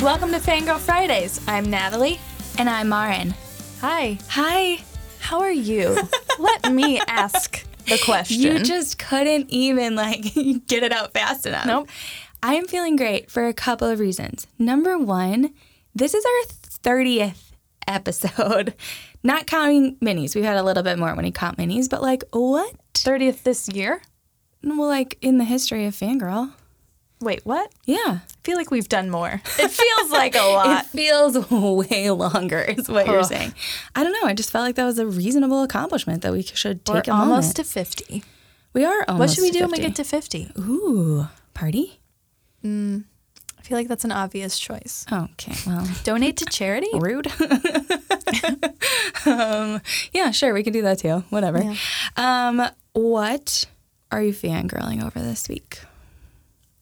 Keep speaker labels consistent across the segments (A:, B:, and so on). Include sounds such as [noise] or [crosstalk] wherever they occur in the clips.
A: Welcome to Fangirl Fridays. I'm Natalie.
B: And I'm Marin.
A: Hi.
B: Hi.
A: How are you? Let me ask the question.
B: You just couldn't even
A: [laughs]
B: like get it out fast enough.
A: Nope.
B: I am feeling great for a couple of reasons. Number one, this is our 30th episode. [laughs] Not counting minis. We've had a little bit more when we count minis, but like what?
A: 30th this year?
B: Well, like in the history of Fangirl.
A: Wait, what?
B: Yeah.
A: I feel like we've done more. It feels like
B: [laughs]
A: a lot.
B: It feels [laughs] way longer, is what you're
A: Ugh.
B: saying. I don't know. I just felt like that was a reasonable accomplishment that we should take a
A: almost
B: moment.
A: to 50.
B: we are almost.
A: What should we
B: to
A: do when we
B: 50.
A: get to 50?
B: Ooh, party?
A: I feel like that's an obvious choice.
B: Okay,
A: [laughs]
B: well,
A: Donate to charity?
B: rude. um, yeah, sure, we can do that too. Whatever.
A: Yeah.
B: Um, what are you fangirling over this week?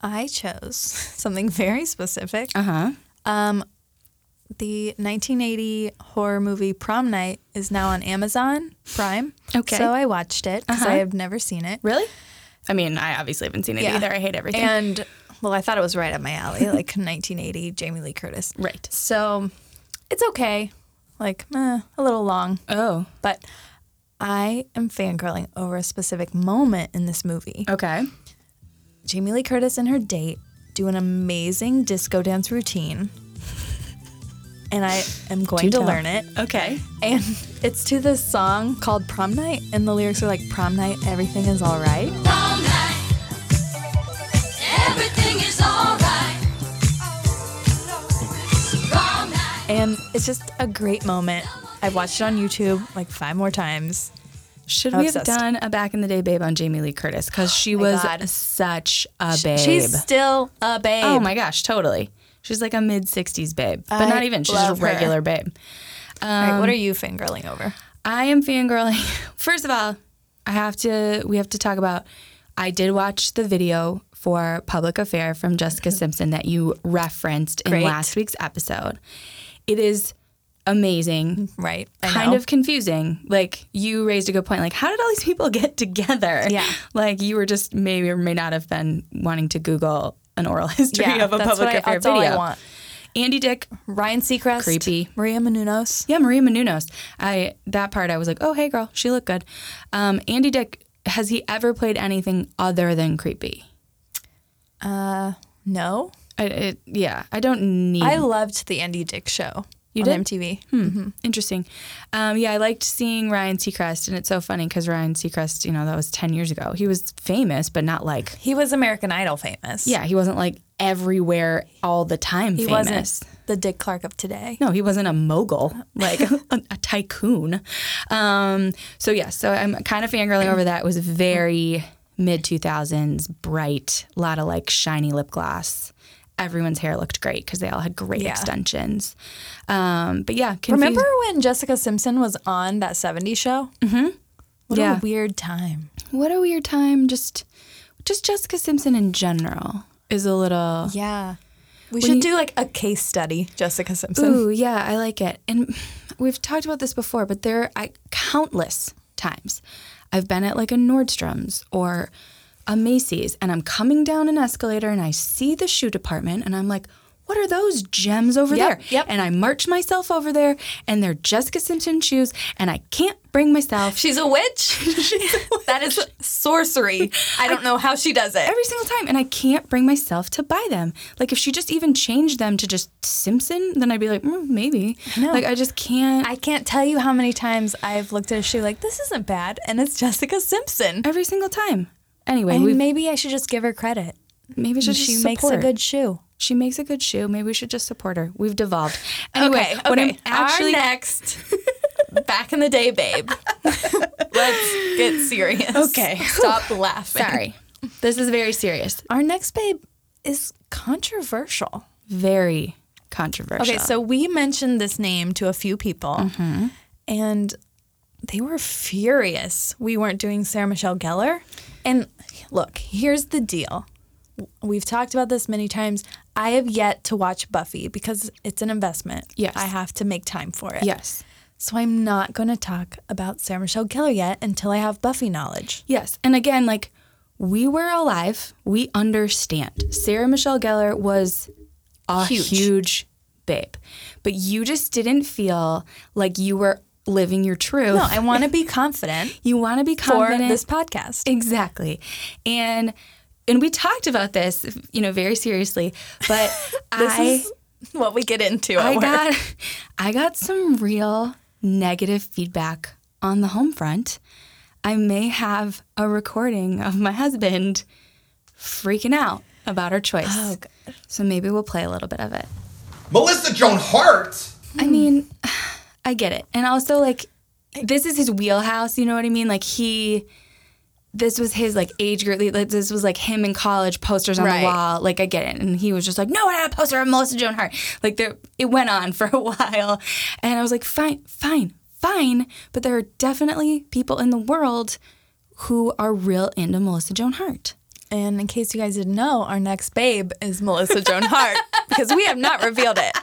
A: I chose something very specific.
B: Uh huh.
A: Um, the 1980 horror movie Prom Night is now on Amazon Prime.
B: Okay.
A: So I watched it because
B: Uh-huh.
A: I have never seen it.
B: Really? I mean, I obviously haven't seen it
A: Yeah.
B: either. I hate everything.
A: And well, I thought it was right up my alley,
B: [laughs]
A: like 1980 Jamie Lee Curtis.
B: right.
A: So it's okay, like eh, a little long,
B: Oh,
A: but I am fangirling over a specific moment in this movie.
B: okay.
A: Jamie Lee Curtis and her date do an amazing disco dance routine. And I am going
B: Do
A: to
B: tell.
A: learn it.
B: Okay.
A: And it's to this song called Prom Night. And the lyrics are like, Prom Night, everything is all right.
C: Prom night. Everything is alright. Prom night.
A: And it's just a great moment. I've watched it on YouTube like five more times.
B: Should we have
A: Obsessed.
B: done a back in the day babe on Jamie Lee Curtis? Because
A: [gasps]
B: she was
A: God.
B: such a babe.
A: She's still a babe.
B: Oh my gosh, totally. She's like a mid 60s babe, but
A: I
B: not even. She's just
A: love
B: a
A: her.
B: regular babe.
A: All right, what are you fangirling over?
B: I am fangirling. [laughs] First of all, I have to. We have to talk about. I did watch the video for Public Affair
A: [laughs]
B: from Jessica Simpson that you referenced in
A: Great.
B: last week's episode. It is amazing.
A: Right. Mm-hmm. I
B: Kind
A: know.
B: of confusing. Like you raised a good point. Like, how did all these people [laughs] get together?
A: Yeah.
B: Like you were just maybe or may not have been wanting to Google an oral [laughs] history
A: Yeah,
B: of a
A: that's
B: public
A: what I-
B: affair
A: that's all
B: video.
A: I want.
B: Andy Dick
A: Ryan Seacrest.
B: Creepy.
A: Maria Menounos.
B: Yeah, Maria Menounos. I that part I was like, oh hey girl, she looked good. Um, Andy Dick, has he ever played anything other than creepy?
A: No.
B: I, it, yeah, I don't need.
A: I loved the Andy Dick show
B: You
A: on
B: did?
A: MTV.
B: Hmm, Interesting. Um, yeah, I liked seeing Ryan Seacrest, and it's so funny because Ryan Seacrest, you know, that was ten years ago. He was famous, but not like
A: He was American Idol famous.
B: yeah, he wasn't like everywhere all the time.
A: He
B: famous.
A: wasn't the Dick Clark of today.
B: No, he wasn't
A: [laughs]
B: a mogul, like a, a tycoon. Um, so yeah, so I'm kind of fangirling over that. It was very mid 2000s, bright, a lot of like shiny lip gloss. Everyone's hair looked great because they all had great
A: Yeah.
B: extensions. Um, but yeah, confused.
A: Remember when Jessica Simpson was on that 70s show? Mm-hmm. What
B: Yeah.
A: a weird time.
B: what a weird time. Just, just Jessica Simpson in general is a little.
A: Yeah. We should do like a case study, Jessica Simpson. [laughs]
B: Ooh, yeah, I like it. And we've talked about this before, but there I countless times I've been at like a Nordstrom's or a Macy's and I'm coming down an escalator and I see the shoe department and I'm like, what are those gems over
A: Yep,
B: there?
A: yep.
B: And I march myself over there and they're Jessica Simpson shoes and I can't bring myself
A: She's a [laughs] witch. that is sorcery. I don't know how she does it.
B: every single time and I can't bring myself to buy them. Like if she just even changed them to just Simpson, then I'd be like, mm, maybe. Like I just can't
A: I can't tell you how many times I've looked at a shoe like this isn't bad, and it's Jessica Simpson.
B: every single time. Anyway,
A: And
B: we've
A: maybe I should just give her credit.
B: Maybe we should
A: She
B: just
A: makes a
B: support.
A: good shoe.
B: She makes a good shoe. Maybe we should just support her. We've devolved. Anyway, what I'm actually
A: Our next [laughs] back in the day, [laughs] babe. Let's get serious.
B: Okay.
A: Stop laughing.
B: [laughs] sorry. This is very serious.
A: Our next babe is controversial.
B: Very controversial.
A: Okay, so we mentioned this name to a few people,
B: Mm-hmm.
A: and they were furious we weren't doing Sarah Michelle Gellar. And look, here's the deal. We've talked about this many times. I have yet to watch Buffy because it's an investment.
B: Yes.
A: I have to make time for it.
B: yes.
A: So I'm not going to talk about Sarah Michelle Gellar yet until I have Buffy knowledge.
B: Yes. And again, like we were alive. We understand. Sarah Michelle Gellar was a
A: Huge.
B: huge, babe. But you just didn't feel like you were living your truth.
A: No, I want to be confident
B: you want to be
A: for
B: [laughs] confident.
A: this podcast. [laughs]
B: Exactly. And and we talked about this, you know, very seriously, but
A: [laughs] This
B: I
A: is what we get into. At
B: I
A: work.
B: got I got some real negative feedback on the home front. I may have a recording of my husband freaking out about our choice.
A: Oh, God.
B: So maybe we'll play a little bit of it.
D: Melissa Joan Hart?
B: I mean, [sighs] I get it. And also like this is his wheelhouse, you know what I mean? Like he this was his like age group. like, This was like him in college posters on
A: Right.
B: the wall. Like I get it, and he was just like, "No, I have a poster of Melissa Joan Hart." Like there, it went on [laughs] for a while, and I was like, "Fine, fine, fine," but there are definitely people in the world who are real into Melissa Joan Hart.
A: And in case you guys didn't know, our next babe is Melissa Joan [laughs] Hart because we have not revealed it.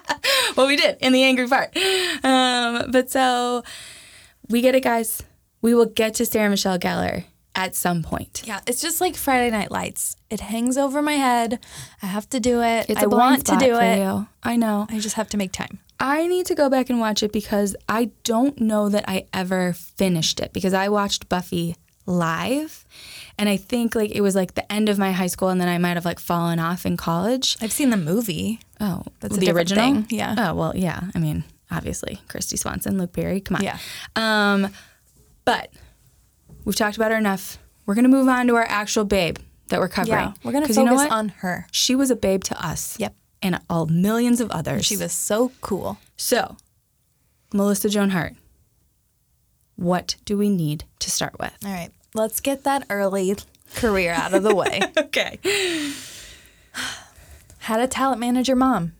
B: well, we did in the angry part. Um, but so we get it, guys. We will get to Sarah Michelle Gellar at some point.
A: Yeah, it's just like Friday Night Lights. It hangs over my head. I have to do it.
B: It's
A: I
B: a blind
A: want to
B: spot
A: do
B: for
A: it.
B: you. I know.
A: I just have to make time.
B: I need to go back and watch it because I don't know that I ever finished it because I watched Buffy live and I think like it was like the end of my high school and then I might have like fallen off in college.
A: I've seen the movie.
B: Oh, that's
A: a
B: the
A: different
B: original.
A: thing. Yeah.
B: Oh well, yeah. I mean, obviously, Christy Swanson, Luke Perry. Come on.
A: Yeah.
B: Um, but we've talked about her enough. We're gonna move on to our actual babe that we're covering.
A: Yeah, we're gonna
B: 'Cause
A: focus
B: you know what?
A: on her.
B: She was a babe to us.
A: Yep.
B: And all millions of others.
A: She was so cool.
B: So, Melissa Joan Hart. What do we need to start
A: [laughs]
B: with?
A: All right, let's get that early career out of the [laughs] way.
B: Okay.
A: Had a talent manager mom,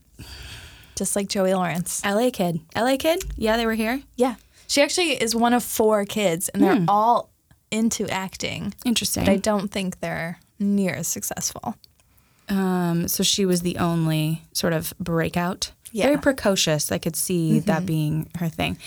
A: just like Joey Lawrence.
B: LA Kid. LA Kid? Yeah, they were here.
A: Yeah, she actually is one of four kids, and they're all into acting.
B: Interesting.
A: But I don't think they're near as successful.
B: Um, so she was the only sort of breakout.
A: Yeah. Mm-hmm.
B: Very precocious. I could see that being her thing.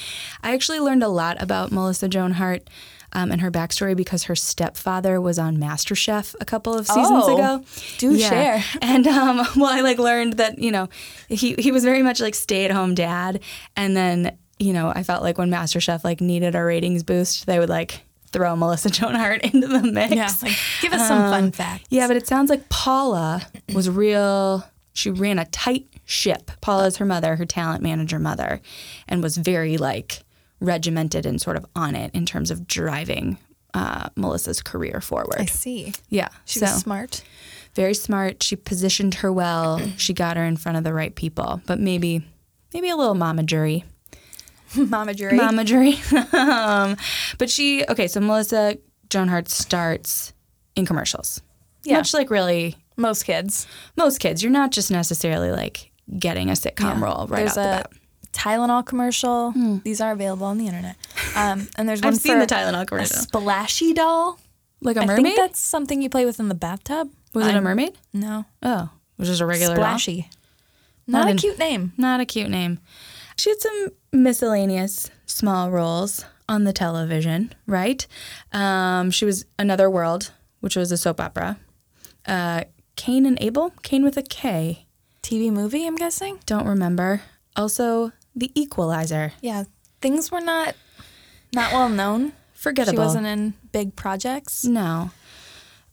B: I actually learned a lot about Melissa Joan Hart um, and her backstory because her stepfather was on MasterChef a couple of seasons
A: Oh,
B: ago.
A: do share.
B: [laughs] And um, well, I like learned that you know he he was very much like stay at home dad, and then you know I felt like when MasterChef like needed a ratings boost, they would like throw Melissa [laughs] Joan Hart into the mix.
A: Yeah, Um, like, give us some fun facts.
B: Yeah, but it sounds like Paula was real. She ran a tight ship. Paula's her mother, her talent manager mother, and was very like regimented and sort of on it in terms of driving uh, Melissa's career forward.
A: I see.
B: Yeah,
A: She
B: so
A: was [laughs] smart.
B: very smart. She positioned her well. she got her in front of the right people, but maybe maybe a little mama jury.
A: Mama jury.
B: Mama jury. [laughs] um, but she okay. So Melissa Joan Hart starts in commercials.
A: Yeah.
B: Much like really
A: Most kids.
B: most kids, you're not just necessarily like getting a sitcom role right
A: There's
B: off the
A: a
B: bat.
A: Tylenol commercial. These are available on the internet. Um, and [laughs] there's one
B: I've seen
A: for
B: the Tylenol
A: a
B: commercial.
A: splashy doll.
B: Like a
A: I
B: mermaid?
A: think that's something you play with in the bathtub.
B: was it a mermaid?
A: No,
B: Oh, which is a regular doll?
A: splashy. Not,
B: Not
A: a
B: in-
A: cute name.
B: Not a cute name. She had some miscellaneous small roles on the television, right? Um, she was Another World, which was a soap opera. Uh, Cain and Abel, Cain with a K.
A: TV movie, I'm guessing.
B: Don't remember. Also, The Equalizer.
A: Yeah, things were not not well known.
B: Forgettable.
A: She wasn't in big projects.
B: No.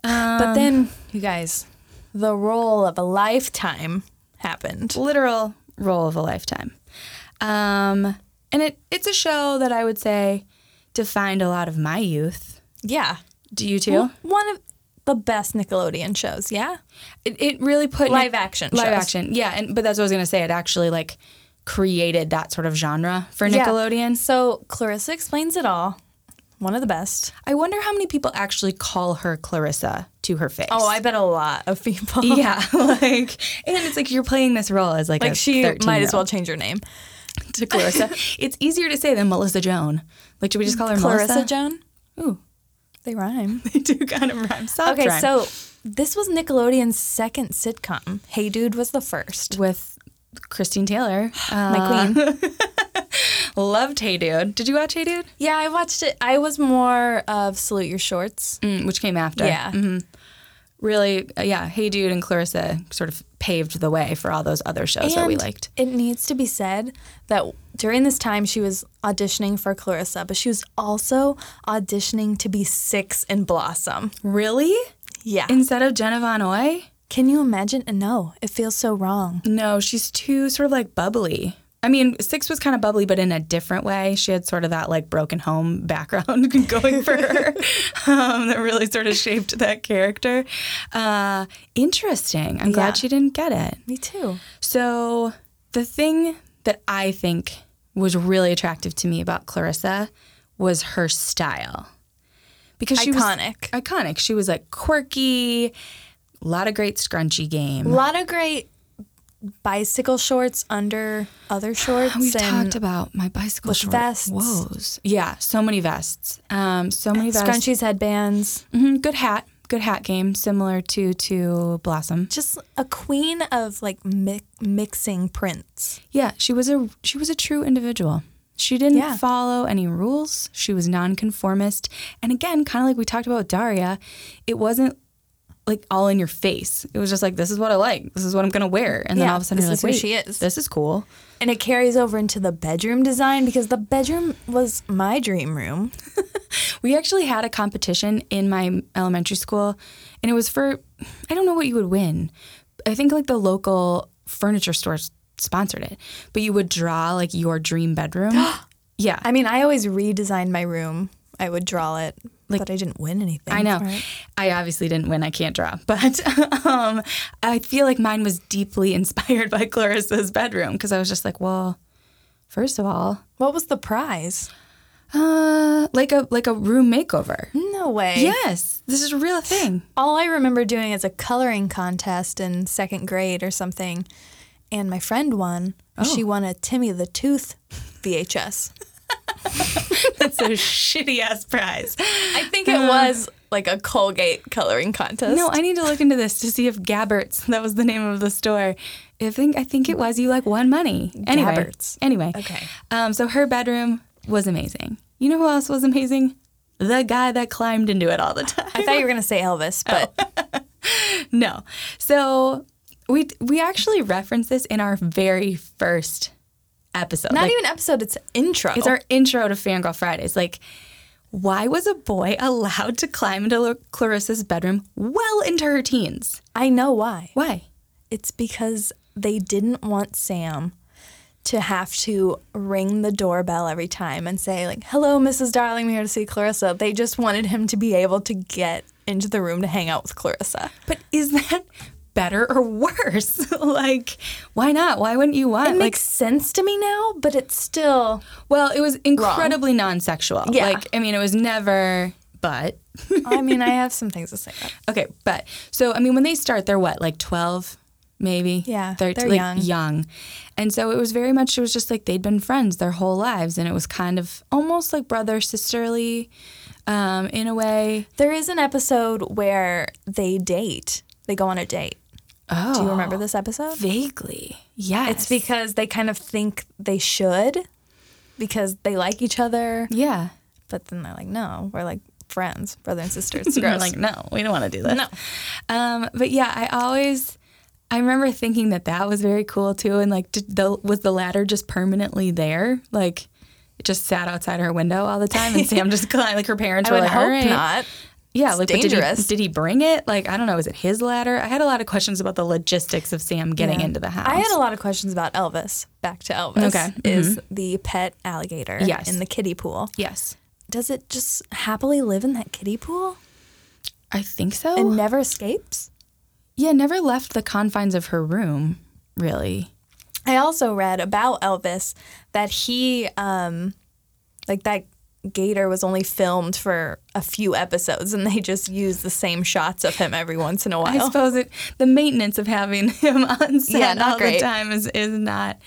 A: but then, you guys, the role of a lifetime happened.
B: literal role of a lifetime. Um, and it it's a show that I would say defined a lot of my youth.
A: Yeah,
B: Do you too?
A: one of the best Nickelodeon shows. Yeah,
B: it, it really put
A: Live action
B: live
A: shows.
B: action. Yeah, and but that's what I was gonna say. It actually like created that sort of genre for
A: Yeah.
B: Nickelodeon.
A: So Clarissa explains it all. One of the best.
B: I wonder how many people actually call her Clarissa to her face.
A: Oh, I bet a lot of people.
B: [laughs] yeah, like and it's like you're playing this role as
A: [laughs]
B: like
A: Like
B: a
A: she might as
B: 13-year-old.
A: well change her name.
B: to Clarissa. [laughs] it's easier to say than Melissa Joan. Like, should we just call her
A: Clarissa
B: Melissa?
A: Joan.
B: Ooh,
A: They rhyme.
B: they [laughs] do kind of rhyme. Soft
A: [laughs] Okay,
B: rhyme.
A: so this was Nickelodeon's second sitcom. Hey Dude was the first.
B: with Christine Taylor. Uh,
A: My [laughs] queen.
B: [gasps] loved Hey Dude. Did you watch Hey Dude?
A: yeah, I watched it. I was more of Salute Your Shorts.
B: Mm, which came after.
A: Yeah.
B: really, uh, yeah, Hey Dude and Clarissa sort of paved the way for all those other shows that we
A: And
B: liked.
A: It needs to be said that during this time she was auditioning for Clarissa, but she was also auditioning to be six in Blossom.
B: Really?
A: Yeah.
B: Instead of Jenna Von Oy?
A: Can you imagine? And no, it feels so wrong.
B: No, she's too sort of like bubbly. I mean, Six was kind of bubbly, but in a different way. She had sort of that like broken home [laughs] background going for [laughs] her um, that really sort of shaped that character. Uh, interesting. I'm
A: Yeah.
B: glad she didn't get it.
A: Me too.
B: So, the thing that I think was really attractive to me about Clarissa was her style. Because she
A: Iconic.
B: was iconic. She was like quirky, a lot of great scrunchy
A: A
B: game.
A: lot of great bicycle shorts under
B: [gasps]
A: other shorts.
B: We've
A: and
B: talked about my bicycle
A: with
B: short
A: vests.
B: woes. Yeah, so many vests. Um, so
A: Uh,
B: many vests.
A: scrunchies, headbands.
B: Mhm, good hat. Good hat game, similar to to Blossom.
A: Just a queen of like mi- mixing prints.
B: Yeah, she was a she was a true individual. She didn't
A: Yeah.
B: follow any rules. She was nonconformist, and again, kind of like we talked about with Daria, it wasn't like all in your face. It was just like this is what I like. This is what I'm gonna wear, and then
A: Yeah,
B: all of a sudden
A: this
B: you're
A: is
B: like,
A: who she
B: "Wait,
A: is."
B: This is cool.
A: And it carries over into the bedroom design because the bedroom was my dream room.
B: We actually had a competition in my elementary school, and it was for I don't know what you would win. I think like the local furniture store s- sponsored it, but you would draw like your
A: [gasps]
B: dream bedroom. yeah,
A: I mean, I always redesigned my room. I would draw it, but I didn't win anything.
B: I know.
A: for it.
B: I obviously didn't win. I can't draw, [laughs] but um, I feel like mine was deeply [laughs] inspired by Clarissa's bedroom because I was just like, well, first of all,
A: What was the prize?
B: uh, like a like a room makeover.
A: No way.
B: Yes, this is a real thing.
A: All I remember doing is a coloring contest in second grade or something. And my friend won. She won a Timmy the Tooth VHS.
B: [laughs] That's a shitty ass prize.
A: I think it was like a Colgate coloring contest.
B: No, I need to look into this to see if Gabberts, that was the name of the store. I think I think it was you like won money. Anyway.
A: Gabbert's.
B: Anyway.
A: Okay.
B: Um, so her bedroom was amazing. You know who else was amazing? The guy that climbed into it all the time.
A: I thought you were going to say Elvis, but
B: no. So we we actually referenced this in our very first episode.
A: not
B: Like,
A: even episode, it's intro.
B: It's our intro to Fangirl Fridays. Like, why was a boy allowed to climb into Lo- Clarissa's bedroom well into her teens?
A: I know why.
B: Why?
A: It's because they didn't want Sam to have to ring the doorbell every time and say like, "Hello, Mrs. Darling, I'm here to see Clarissa." They just wanted him to be able to get into the room to hang out with Clarissa.
B: But is that better or worse? [laughs] like, why not? Why wouldn't you want?
A: It
B: like,
A: makes sense to me now, but it's still
B: well, it was incredibly non-sexual.
A: Yeah.
B: Like, I mean, it was never. But
A: I mean, I have some things to say. About.
B: okay, but so I mean, when they start, they're what, like twelve, maybe?
A: Yeah,
B: 13,
A: they're
B: like,
A: young.
B: Young, and so it was very much. It was just like they'd been friends their whole lives, and it was kind of almost like brother sisterly, um, in a way.
A: There is an episode where they date. They go on a date.
B: Oh,
A: Do you remember this episode?
B: vaguely? Yeah,
A: It's because they kind of think they should because they like each other.
B: yeah.
A: But then they're like, no, we're like friends, brother and sister.
B: [laughs]
A: It's
B: We're
A: gross.
B: like, no, we don't want to do that.
A: No.
B: Um, but yeah, I always, I remember thinking that that was very cool too. And like, did the, was the ladder just permanently there? Like, it just sat outside her window all
A: [laughs]
B: the time. And Sam just [laughs] climbed, like, her parents
A: I
B: were
A: would
B: like,
A: hope
B: all right.
A: not.
B: Yeah,
A: It's
B: like, but did he,
A: dangerous.
B: did he bring it? Like, I don't know. Is it his ladder? I had a lot of questions about the logistics of Sam getting into the house.
A: I had a lot of questions about Elvis. Back to Elvis.
B: Okay. mm-hmm.
A: Is the pet alligator
B: Yes.
A: in the kiddie pool.
B: Yes.
A: Does it just happily live in that kiddie pool
B: I think so.
A: and never escapes?
B: yeah, never left the confines of her room, really.
A: I also read about Elvis that he, um, like that gator was only filmed for a few episodes and they just use the same shots of him every once in a
B: I
A: while.
B: suppose it, the maintenance of having [laughs] him on set
A: Oh. Yeah, not
B: all the
A: great.
B: time is, is not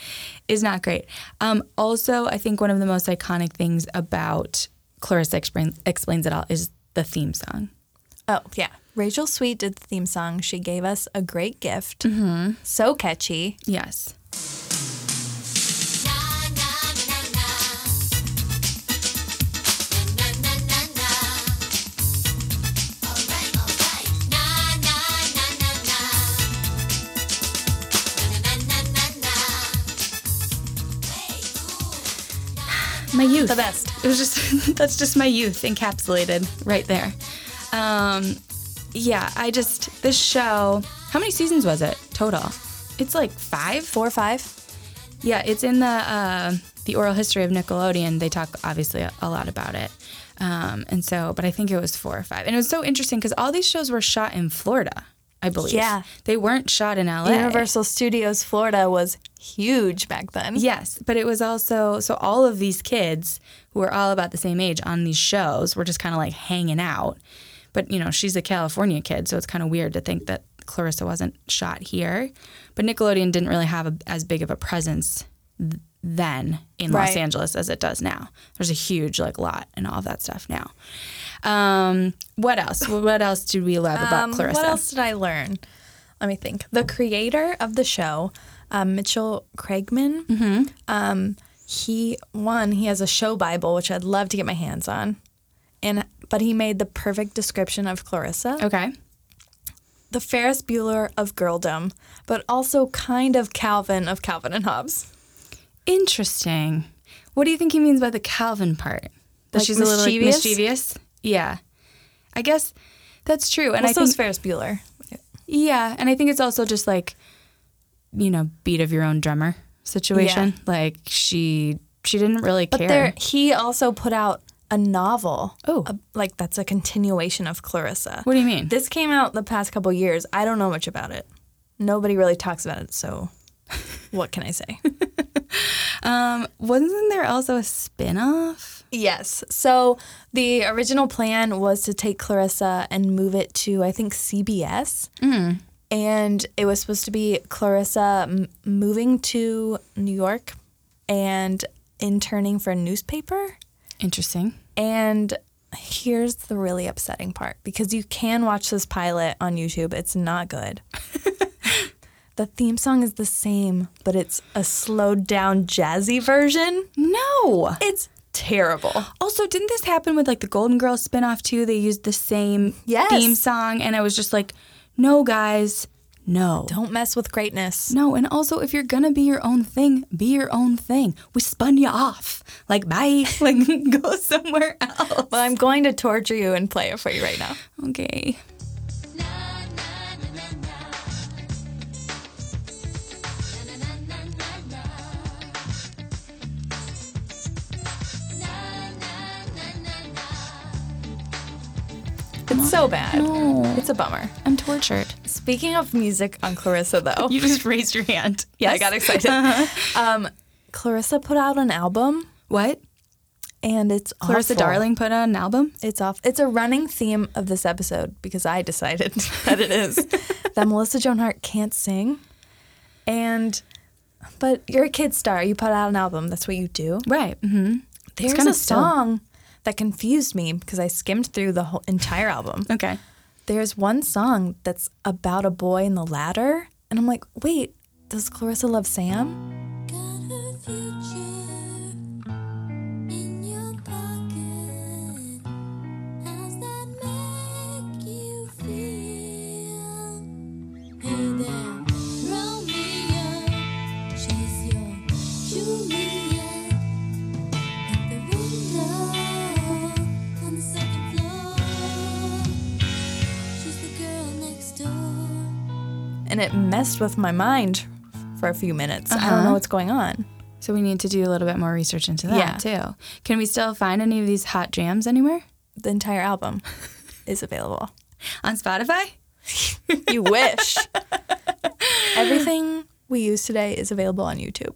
B: is not great. Um, also, I think one of the most iconic things about Clarissa explains, explains it all is the theme song.
A: Oh, yeah. Rachel Sweet did the theme song. She gave us a great gift. So catchy.
B: Yes.
C: Na na na na. Na na na na na. Alright, alright. Na na
B: my youth.
A: The best.
B: It was just [laughs] that's just my youth encapsulated right there. Um, yeah, I just this show. How many seasons was it total? It's like five.
A: Four or five?
B: Yeah, it's in the uh, the oral history of Nickelodeon. They talk obviously a, a lot about it, um, and so. But I think it was four or five, and it was so interesting because all these shows were shot in Florida, I believe.
A: Yeah.
B: they weren't shot in LA.
A: Universal Studios Florida was huge back then.
B: Yes, but it was also so all of these kids who were all about the same age on these shows were just kind of like hanging out. But you know, she's a California kid, so it's kind of weird to think that Clarissa wasn't shot here. But Nickelodeon didn't really have a, as big of a presence th- then in Los
A: Right.
B: Angeles as it does now. There's a huge like lot and all of that stuff now. Um, what else? What else did we love about
A: Um,
B: Clarissa?
A: What else did I learn? Let me think. The creator of the show, um, Mitchell Craigman, um, he one he has a show Bible which I'd love to get my hands on, and but he made the perfect description of Clarissa,
B: Okay.
A: the Ferris Bueller of girldom, but also kind of Calvin of Calvin and Hobbes.
B: Interesting. What do you think he means by the Calvin part? That
A: Like
B: she's a little like,
A: mischievous?
B: mischievous. Yeah, I guess that's true. And
A: And also
B: I
A: is
B: think
A: Ferris Bueller.
B: yeah, and I think it's also just like you know beat of your own drummer situation. Like she she didn't really
A: But
B: care.
A: there, he also put out a novel.
B: Oh.
A: a- like that's a continuation of Clarissa.
B: what do you mean?
A: This came out the past couple years. I don't know much about it. Nobody really talks about it, [laughs] so what can I [laughs] say?
B: um, wasn't there also a spin off?
A: yes. So the original plan was to take Clarissa and move it to I think CBS. Mm. And it was supposed to be Clarissa m- moving to New York and interning for a newspaper.
B: Interesting.
A: And here's the really upsetting part because you can watch this pilot on YouTube. It's not good. the theme song is the same, but it's a slowed down jazzy version.
B: No.
A: It's terrible.
B: Also, didn't this happen with like the Golden Girls spinoff too? They used the same
A: Yes.
B: theme song, and I was just like, no, guys, no.
A: Don't mess with greatness.
B: No, and also if you're gonna be your own thing, be your own thing. We spun you off. Like bye. [laughs] Like go somewhere else.
A: Well, I'm going to torture you and play it for you right now.
B: Okay.
A: It's so bad. It's a bummer.
B: I'm tortured.
A: Speaking of music on Clarissa, though,
B: You just raised your hand. [laughs] Yes. Uh-huh.
A: I got excited. Um, Clarissa put out an album,
B: What?
A: and it's
B: Clarissa
A: awful.
B: Darling put out an album?
A: It's off. It's a running theme of this episode because I decided [laughs] that it is that Melissa Joan Hart can't sing, and but you're a kid star. You put out an album. That's what you do.
B: Right. Mm-hmm.
A: There's
B: kinda
A: a song that confused me because I skimmed through the whole entire album.
B: Okay.
A: There's one song that's about a boy in the ladder, and I'm like, wait, does Clarissa love Sam?
C: Got her future in your pocket. How's that make you feel? Hey there, Romeo. She's your Juliet. At the window on the second floor. She's the girl next door.
A: And it messed with my mind for a few minutes. I don't know what's going on.
B: So we need to do a little bit more research into that too. Can we still find any of these hot jams anywhere?
A: The entire album is available.
B: On Spotify?
A: You wish. Everything we use today is available on YouTube.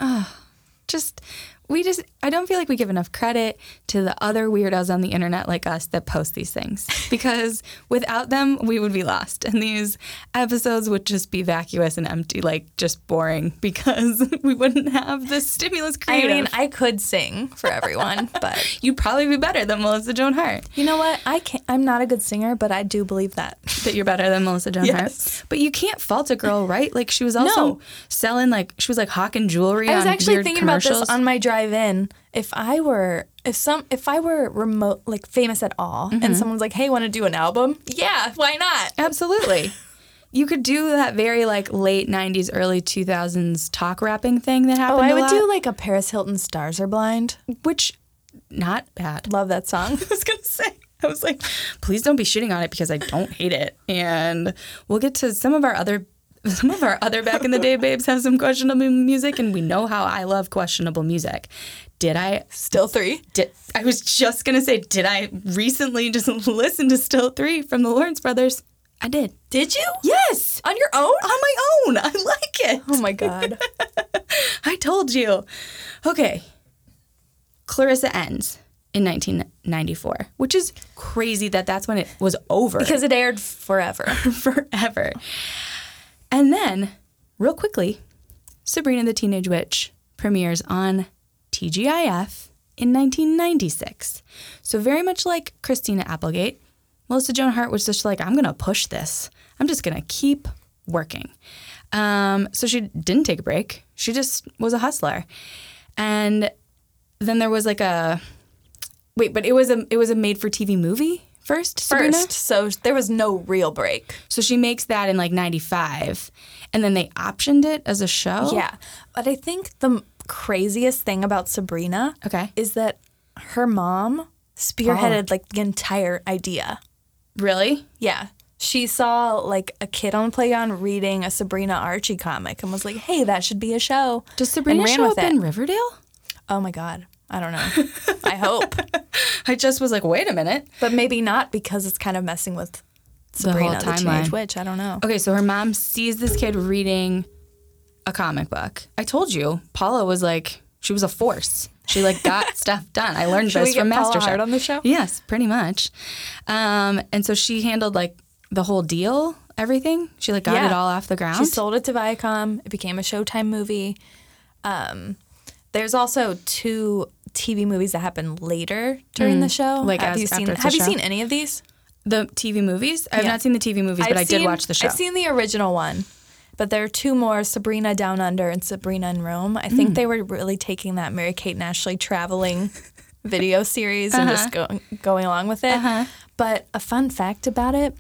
B: just we just I don't feel like we give enough credit to the other weirdos on the internet like us that post these
A: [laughs]
B: things because without them we would be lost and these episodes would just be vacuous and empty like just boring [laughs] because we wouldn't have the stimulus
A: I
B: creative.
A: mean, I could sing for everyone, but
B: you'd probably be better than Melissa Joan Hart.
A: you know what? I can't. I'm not a good singer, but I do believe that.
B: That you're better than Melissa Joan
A: Yes.
B: Hart. But you can't fault a girl, right? Like she was also
A: No.
B: selling like she was like hawking jewelry.
A: I was
B: on
A: actually
B: weird
A: thinking about this
B: commercials.
A: on my drive in. If I were, if some, if I were remote, like famous at all, and someone's like, "Hey, want to do an album?" Yeah, why not?
B: Oh, Absolutely. you could do that very like late 90s, early 2000s talk rapping thing that
A: Oh,
B: happened
A: I
B: a
A: would
B: lot,
A: do like a Paris Hilton "Stars Are Blind."
B: which not bad.
A: Love that song.
B: [laughs]
A: [laughs]
B: I was gonna say. I was like, please don't be shitting on it because I don't hate it. And we'll get to some of our other [laughs] some of our other back in the day babes have some questionable music and we know how I love questionable music. Did I
A: Still three.
B: did, I was just gonna say, did I recently just [laughs] listen to Still Three from the Lawrence Brothers? I did.
A: Did you?
B: Yes.
A: On your own?
B: On my own. I like it.
A: Oh my [laughs] God.
B: I told you. Okay. Clarissa ends in 1994, which is crazy that that's when it was over
A: because it aired forever.
B: [laughs] forever. And then, real quickly, Sabrina the Teenage Witch premieres on TGIF in 1996. So, very much like Christina Applegate, Melissa Joan Hart was just like, I'm going to push this. I'm just going to keep working. Um, so, she didn't take a break. She just was a hustler. And then there was like a wait, but it was a it was a made for TV movie first. Sabrina?
A: First, so there was no real break.
B: So she makes that in like 95. And then they optioned it as a show?
A: Yeah. But I think the m- craziest thing about Sabrina
B: Okay.
A: is that her mom spearheaded like the entire idea.
B: Really?
A: Yeah. She saw like a kid on the playground reading a Sabrina Archie comic and was like, "Hey, that should be a show."
B: Does Sabrina
A: and ran
B: show
A: with
B: up
A: it.
B: in Riverdale?
A: Oh my god. I don't know. I
B: [laughs]
A: hope,
B: I just was like, wait a minute.
A: but maybe not because it's kind of messing with
B: whole
A: Sabrina the,
B: timeline.
A: Teenage Witch. I don't know.
B: Okay, so her mom sees this kid reading a comic book. I told you, Paula was like, she was a force. She
A: [laughs]
B: like got stuff done. I learned
A: Should
B: this
A: we get
B: from
A: Paula
B: MasterChef.
A: Hart on the show?
B: Yes, pretty much. Um, and so she handled like the whole deal, everything. She like got
A: Yeah.
B: it all off the ground.
A: She sold it to Viacom. It became a Showtime movie. Um, there's also two TV movies that happened later during the show.
B: Mm. like
A: have
B: as-
A: you seen?
B: after it's a
A: Have you
B: show?
A: seen any of these?
B: the TV movies. I've
A: Yeah.
B: not seen the TV movies, but I did
A: seen-
B: watch the show.
A: I've seen the original one, but there are two more: Sabrina Down Under and Sabrina in Rome. I
B: Mm.
A: think they were really taking that Mary Kate and Ashley
B: [laughs]
A: traveling video series and just
B: Uh-huh.
A: go, going along with it. But a fun fact about it.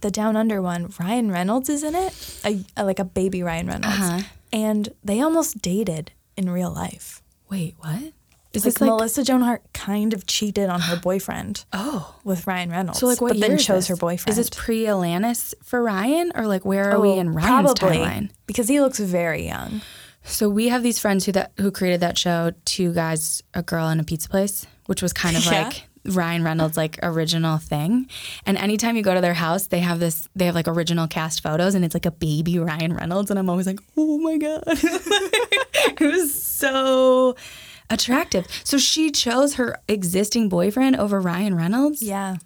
A: The Down Under one, Ryan Reynolds is in it, a, a- like a baby Ryan Reynolds,
B: Uh-huh.
A: and they almost dated in real life.
B: Wait, what? Is
A: Like,
B: this like
A: Melissa Joan Hart kind of cheated on
B: [gasps]
A: her boyfriend.
B: oh?
A: with Ryan Reynolds.
B: So like what
A: But then
B: year is
A: chose
B: this?
A: her boyfriend.
B: Is this pre Alanis for Ryan or like where are we in Ryan's
A: Oh, Probably,
B: timeline?
A: Because he looks very young.
B: So we have these friends who that who created that show, two guys, a girl, and a pizza place, which was kind of
A: [laughs] Yeah.
B: like Ryan Reynolds like original thing. And anytime you go to their house, they have this they have like original cast photos, and it's like a baby Ryan Reynolds, and I'm always like, oh my god, [laughs] it was so attractive. So she chose her existing boyfriend over Ryan Reynolds.
A: Yeah.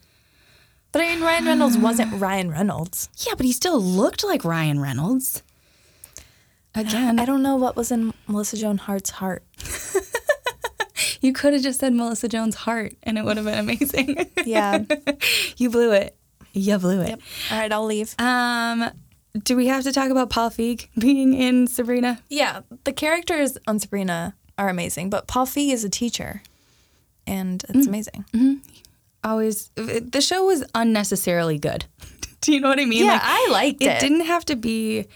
A: But I mean, Ryan Reynolds wasn't Ryan Reynolds.
B: Yeah, but he still looked like Ryan Reynolds. Again,
A: I don't know what was in Melissa Joan Hart's heart.
B: you could have just said Melissa Jones Hart and it would have been amazing. [laughs]
A: Yeah.
B: you blew it. You blew it.
A: [laughs] All right, I'll leave.
B: Um, do we have to talk about Paul Feig being in Sabrina?
A: Yeah, the characters on Sabrina are amazing, but Paul Feig is a teacher, and it's
B: Mm.
A: amazing.
B: Always, the show was unnecessarily good. [laughs] do you know what I mean?
A: Yeah, I liked
B: It
A: it.
B: didn't have to be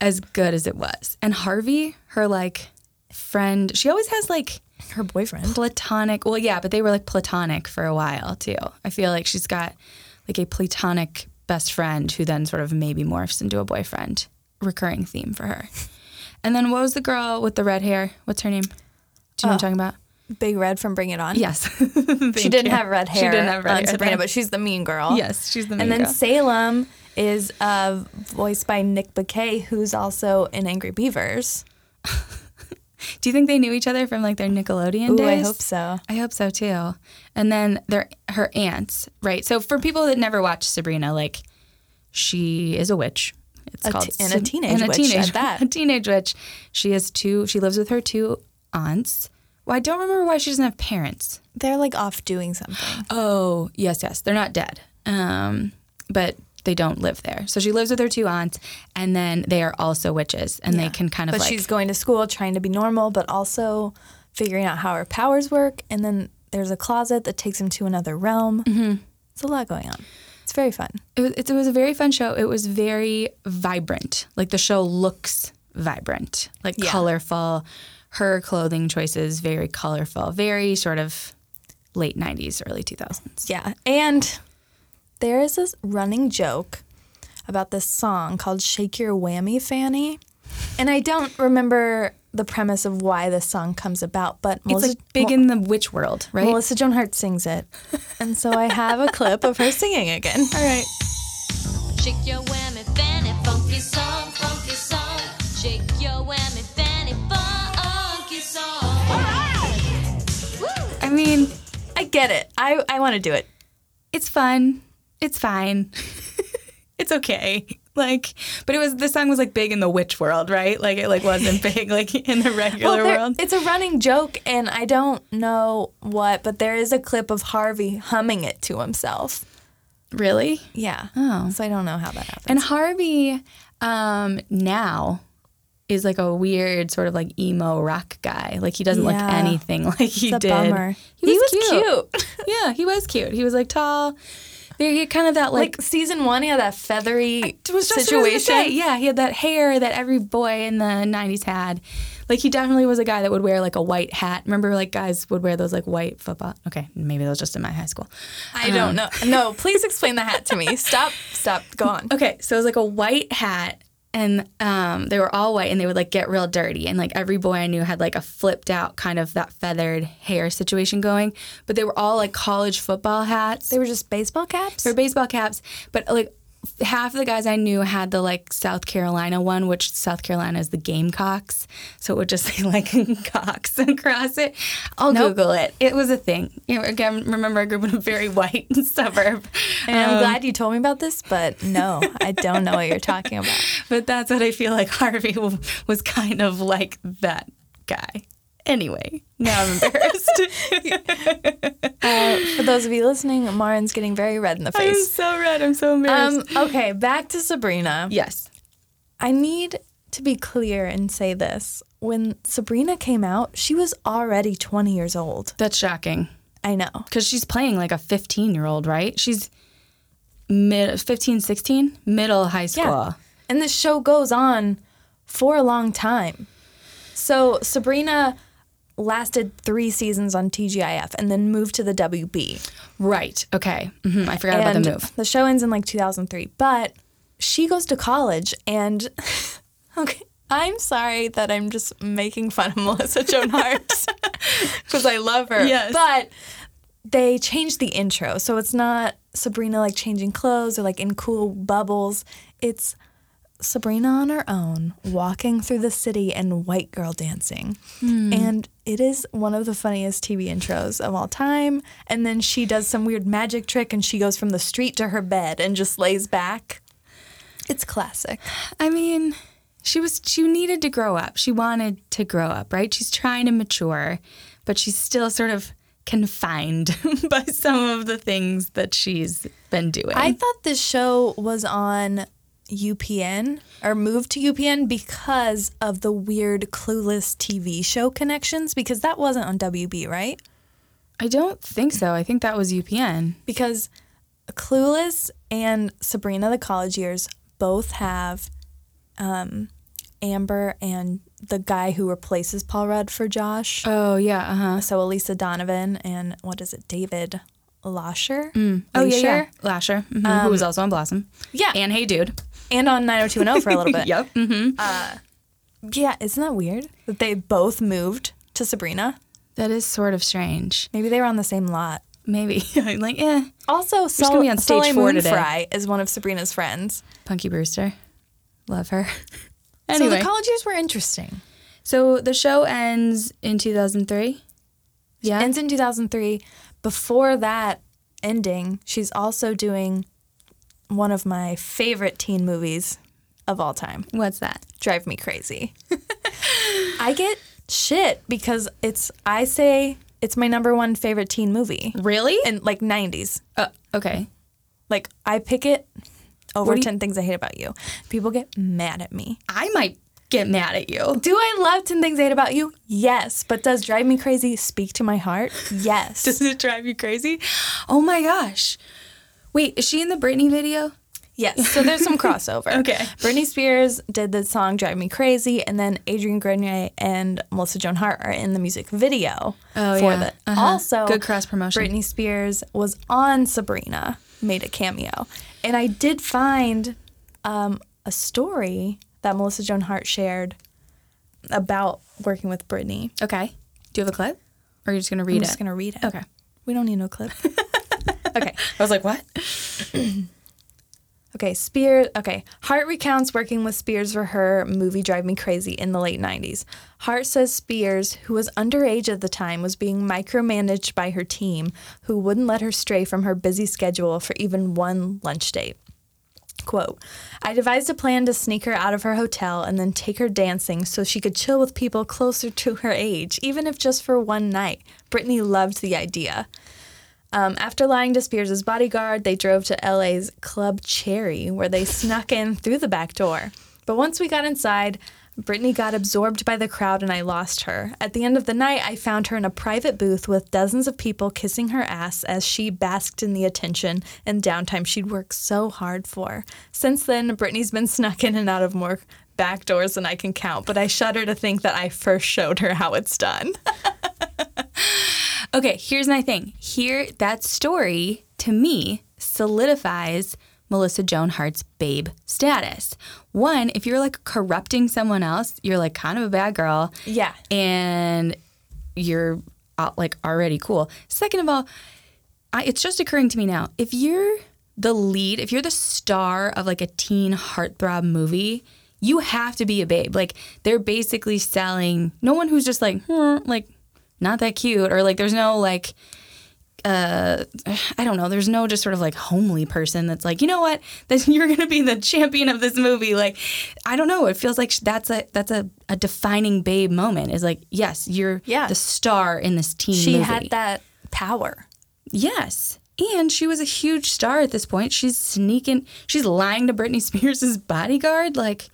B: as good as it was. And Harvey, her like friend, she always has like
A: Her boyfriend.
B: platonic. Well, yeah, but they were like platonic for a while too. I feel like she's got like a platonic best friend who then sort of maybe morphs into a boyfriend. Recurring theme for her. And then what was the girl with the red hair? What's her name? Do you know what I'm talking about?
A: Big Red from Bring It On.
B: Yes.
A: Oh.
B: [laughs]
A: She didn't have red hair
B: She didn't have red
A: on
B: hair.
A: Sabrina,
B: then.
A: but she's the mean girl.
B: yes, she's the main
A: And then
B: girl.
A: Salem is uh, voiced by Nick Bakay, who's also in Angry Beavers.
B: Do you think they knew each other from like their Nickelodeon
A: Ooh, I
B: days?
A: hope so.
B: I hope so too. And then their her aunts, right? So for people that never watched Sabrina, like she is a witch. It's
A: A
B: called
A: t- and a
B: Sab-
A: teenage
B: and a
A: witch at
B: teenage
A: that.
B: [laughs] a teenage witch. She has two. She lives with her two aunts. Well, I don't remember why she doesn't have parents.
A: They're like off doing something.
B: Oh, yes, yes. They're not dead. Um, but they don't live there. So she lives with her two aunts, and then they are also witches, and they can kind of
A: But
B: like
A: she's going to school trying to be normal, but also figuring out how her powers work. And then there's a closet that takes him to another realm. Mm-hmm. It's a lot going on. It's very fun.
B: It was, it was a very fun show. It was very vibrant. Like the show looks vibrant, like colorful. Her clothing choices very colorful, very sort of late 90s, early 2000s.
A: Yeah. And there is this running joke about this song called Shake Your Whammy Fanny. And I don't remember the premise of why this song comes about, but
B: It's
A: Melissa,
B: like big
A: Mel-
B: in the witch world, right?
A: Melissa Joan Hart sings it. And so I have a clip of her singing [laughs] again.
B: All right.
E: Shake your whammy fanny, funky song, funky song. Shake your whammy fanny, funky song.
B: I mean,
A: I get it. I, I want to do it.
B: it's fun. It's fine. [laughs] it's okay. Like, but it was the song was like big in the witch world, right? Like it like wasn't [laughs] big like in the regular
A: there-
B: world.
A: it's a running joke, and I don't know what, but there is a clip of Harvey humming it to himself.
B: Really?
A: Yeah.
B: Oh.
A: So I don't know how that happened.
B: And Harvey um, now is like a weird sort of like emo rock guy. Like he doesn't look
A: Yeah.
B: anything [laughs] like he
A: It's a
B: did.
A: bummer.
B: He was, cute. yeah, he was cute. He was like tall. There, he had kind of that [laughs] like.
A: like season one, he had that feathery
B: it was just what I was gonna
A: situation.
B: say. Yeah, he had that hair that every boy in the '90s had. Like he definitely was a guy that would wear like a white hat. Remember, like guys would wear those like white football. Okay, maybe that was just in my high school.
A: I don't
B: Oh.
A: know. No, please explain the hat to me.
B: [laughs]
A: Stop, stop, go on.
B: Okay, so it was like a white hat, and um, they were all white, and they would like get real dirty, and like every boy I knew had like a flipped out kind of that feathered hair situation going, but they were all like college football hats.
A: They were just baseball caps.
B: Or baseball caps, but like half of the guys I knew had the like South Carolina one, which South Carolina is the Gamecocks, so it would just [laughs] say like Cox across it. I'll Google it. It was a thing. You know, again, remember I grew up in a very [laughs] white suburb,
A: And
B: Um,
A: I'm glad you told me about this, but no, I don't know what you're talking
B: [laughs]
A: about.
B: but that's what I feel like Harvey w- was kind of like that guy. Anyway, now I'm embarrassed.
A: Uh, for those of you listening, Marin's getting very red in the
B: [laughs] I'm
A: face.
B: so red. I'm so embarrassed.
A: Um, okay, back to Sabrina.
B: yes.
A: I need to be clear and say this. When Sabrina came out, she was already 20 years old.
B: That's shocking.
A: I know.
B: because she's playing like a 15 year old right she's mid 15 16 middle high school
A: And this show goes on for a long time. So Sabrina lasted three seasons on TGIF and then moved to the WB.
B: right okay hmm i forgot
A: and
B: about the move
A: the show ends in like 2003. But she goes to college and, [laughs] okay, I'm sorry that I'm just making fun of [laughs] Melissa Joan Hart because I love her.
B: Yes.
A: But they changed the intro. So it's not Sabrina like changing clothes or like in cool bubbles. It's Sabrina on her own walking through the city and white girl dancing. And it is one of the funniest TV intros of all time. And then she does some weird magic trick and she goes from the street to her bed and just lays back. It's classic.
B: i mean she was she needed to grow up she wanted to grow up right she's trying to mature but she's still sort of confined [laughs] by some of the things that she's been doing
A: I thought this show was on UPN or moved to UPN because of the weird clueless TV show connections because that wasn't on WB, right?
B: I don't think so i think that was upn
A: Because Clueless and Sabrina the College Years both have um, Amber and the guy who replaces Paul Rudd for Josh.
B: oh yeah uh-huh
A: So Elisa Donovan and what is it, David Lasher?
B: oh yeah, yeah.
A: Lasher?
B: lasher mhm, who was also on blossom
A: Yeah.
B: and hey dude
A: And on 90210 for a
B: [laughs]
A: little bit.
B: yep
A: Yeah, isn't that weird that they both moved to Sabrina?
B: That is sort of strange.
A: Maybe they were on the same lot.
B: Maybe [laughs] I'm like, eh,
A: Also,
B: gonna
A: Sol-
B: be on stage
A: Soleil
B: four
A: Moon
B: today.
A: Frye is one of Sabrina's friends.
B: Punky Brewster, love her. [laughs] anyway,
A: So the college years were interesting.
B: show ends in 2003. Yeah,
A: Ends in 2003. Before that ending, she's also doing one of my favorite teen movies of all time.
B: what's that?
A: drive me [laughs] crazy. I get shit because it's I say it's my number one favorite teen movie
B: Really?
A: in like 90s.
B: Uh, okay.
A: Like I pick it over
B: do you-
A: 10 things I hate about you. People get mad at me.
B: I might get mad at you. [laughs]
A: Do I love 10 things I hate about you? Yes, but does drive me crazy speak to my heart? Yes.
B: Does it drive you crazy? Oh my gosh. Wait, is she in the Britney video?
A: Yes. So there's some
B: [laughs]
A: crossover. okay. Britney Spears did the song Drive Me Crazy, and then Adrian Grenier and Melissa Joan Hart are in the music video
B: Oh,
A: for
B: yeah.
A: that.
B: Uh-huh.
A: Also,
B: Good cross promotion.
A: Britney Spears was on Sabrina, made a cameo. And I did find um, a story that Melissa Joan Hart shared about working with Britney.
B: Okay. Do you have a clip? Or are you just going to read
A: I'm
B: it?
A: just going to read it.
B: Okay.
A: We don't need no clip. okay.
B: I was like, what?
A: Okay, Spears. Okay, Hart recounts working with Spears for her movie Drive Me Crazy in the late 90s. Hart says Spears, who was underage at the time, was being micromanaged by her team, who wouldn't let her stray from her busy schedule for even one lunch date. Quote, I devised a plan to sneak her out of her hotel and then take her dancing so she could chill with people closer to her age, even if just for one night. Brittany loved the idea. Um, after lying to Spears' bodyguard, they drove to LA's Club Cherry, where they snuck in through the back door. But once we got inside, Brittany got absorbed by the crowd and I lost her. At the end of the night, I found her in a private booth with dozens of people kissing her ass as she basked in the attention and downtime she'd worked so hard for. Since then, Brittany's been snuck in and out of more back doors than I can count, but I shudder to think that I first showed her how it's done.
B: Okay, here's my thing. Here, that story to me solidifies Melissa Joan Hart's babe status. One, if you're like corrupting someone else, you're like kind of a bad girl.
A: Yeah.
B: And you're uh, like already cool. Second of all, I, it's just occurring to me now if you're the lead, if you're the star of like a teen heartthrob movie, you have to be a babe. Like they're basically selling no one who's just like, hmm, like not that cute or like there's no like uh, I don't know. There's no just sort of like homely person that's like, you know what, [laughs] that you're going to be the champion of this movie. Like, I don't know. It feels like sh- that's a that's a, a defining babe moment. Is like, yes, you're
A: Yeah.
B: the star in this teen
A: She
B: movie.
A: had that power.
B: Yes. And she was a huge star at this point. She's sneaking, she's lying to Britney Spears' bodyguard. Like,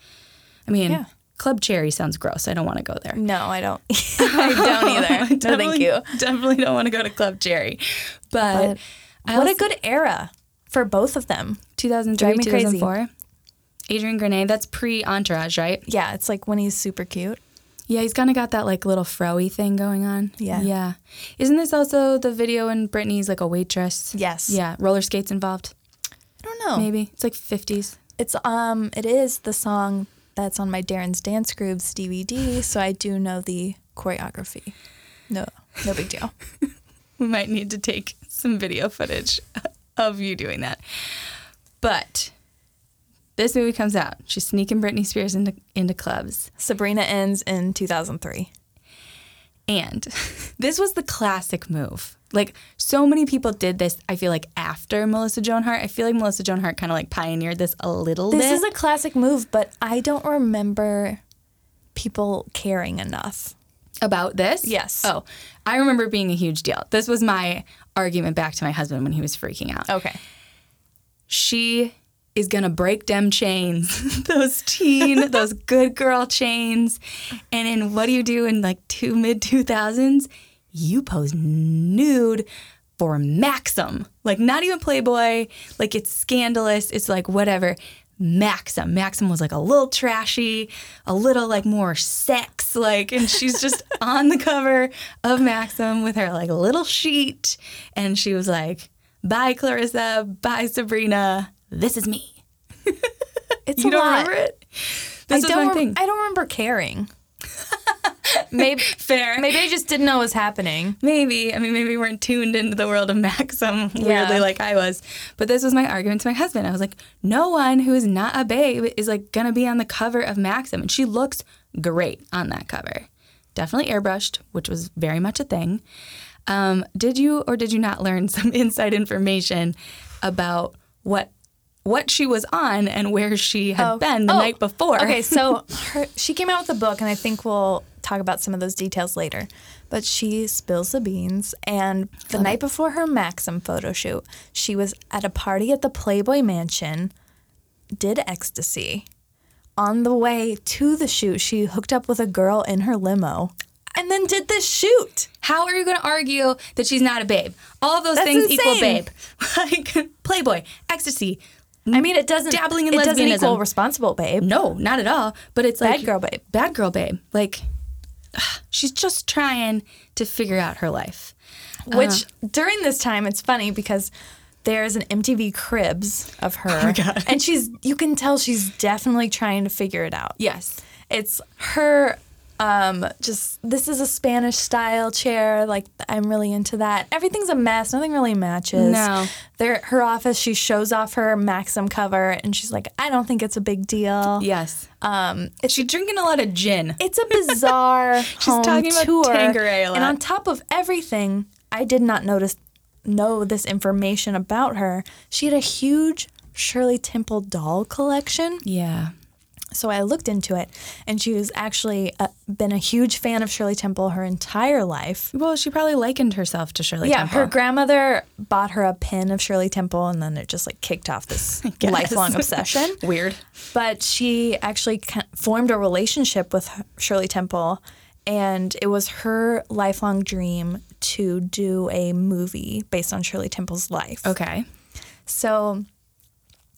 B: I mean,
A: Yeah.
B: Club Cherry sounds gross. I don't want to go [laughs] there.
A: No, I don't. [laughs] I don't either. No, thank
B: Definitely-
A: you.
B: Definitely don't want to go to Club Cherry. But, I
A: What
B: also-
A: a good era for both of them.
B: 2003,
A: Drive me crazy.
B: 2004. Adrian Grenier, that's pre Entourage, right?
A: Yeah, it's like when he's super cute.
B: Yeah, he's kind of got that like little froey thing going on.
A: Yeah.
B: Yeah. Isn't this also the video when Britney's like a waitress?
A: Yes.
B: Yeah, roller skates involved,
A: I don't know.
B: maybe. It's like 50s.
A: It's um it is the song that's on my Darren's Dance Grooves DVD, so I do know the choreography. No, no big deal.
B: [laughs] We might need to take some video footage of you doing that. But this movie comes out. She's sneaking Britney Spears into, into clubs.
A: Sabrina ends in 2003.
B: And [laughs] this was the classic move. Like so many people did this, I feel like after Melissa Joan Hart. I feel like Melissa Joan Hart kind of like pioneered this a little
A: This
B: bit.
A: is a classic move, but I don't remember people caring enough.
B: about this?
A: Yes.
B: Oh, I remember it being a huge deal. This was my argument back to my husband when he was freaking out.
A: Okay.
B: She is gonna break them chains, [laughs] those teen, those good girl chains. And in what do you do in like two mid 2000s? You pose nude for Maxim, like not even Playboy, like it's scandalous, it's like whatever. Maxim. Maxim was like a little trashy, a little like more sex, like, and she's just on the cover of Maxim with her like little sheet. And she was like, Bye, Clarissa. Bye, Sabrina. This is me.
A: It's
B: You
A: a
B: don't
A: lot.
B: remember it? This
A: I
B: is
A: don't
B: my
A: rem-
B: thing.
A: I don't remember caring. maybe
B: Fair.
A: maybe I just didn't know was happening.
B: Maybe. I mean, maybe we weren't tuned into the world of Maxim weirdly like I was. But this was my argument to my husband. I was like, no one who is not a babe is like going to be on the cover of Maxim. And she looks great on that cover. Definitely airbrushed, which was very much a thing. Um, did you or did you not learn [laughs] some inside information about what what she was on and where she had been the
A: Oh,
B: night before?
A: Okay, so her, she came out with a book, and I think we'll talk about some of those details later. But she spills the beans, and the night before her Maxim photo shoot, she was at a party at the Playboy Mansion, did ecstasy. On the way to the shoot, she hooked up with a girl in her limo, and then did the shoot.
B: How are you going to argue that she's not a babe? [laughs] All of those
A: That's
B: things equal
A: insane.
B: babe. Like Playboy, ecstasy,
A: I mean, it doesn't
B: Dabbling in
A: it doesn't
B: lesbianism.
A: equal responsible, babe.
B: No, not at all. But it's like
A: Bad girl babe.
B: Bad girl babe. Like she's just trying to figure out her life.
A: Which during this time, it's funny because there's an MTV Cribs of her, and she's you can tell she's definitely trying to figure it out.
B: Yes.
A: it's her. Um, just this is a Spanish style chair. Like I'm really into that. Everything's a mess. Nothing really matches.
B: No.
A: There, her office. She shows off her Maxim cover, and she's like, "I don't think it's a big deal."
B: Yes.
A: Um,
B: She's drinking a lot of gin.
A: it's a bizarre
B: [laughs]
A: home
B: talking about
A: tour.
B: Tanqueray a lot.
A: And on top of everything, I did not notice know this information about her. She had a huge Shirley Temple doll collection.
B: Yeah.
A: So I looked into it, and she was actually uh been a huge fan of Shirley Temple her entire life.
B: Well, she probably likened herself to Shirley
A: Yeah,
B: Temple.
A: her grandmother bought her a pin of Shirley Temple, and then it just like kicked off
B: [laughs]
A: this
B: Yes.
A: lifelong [laughs] obsession.
B: Weird.
A: But she actually ca- formed a relationship with her- Shirley Temple, and it was her lifelong dream to do a movie based on Shirley Temple's life.
B: Okay.
A: So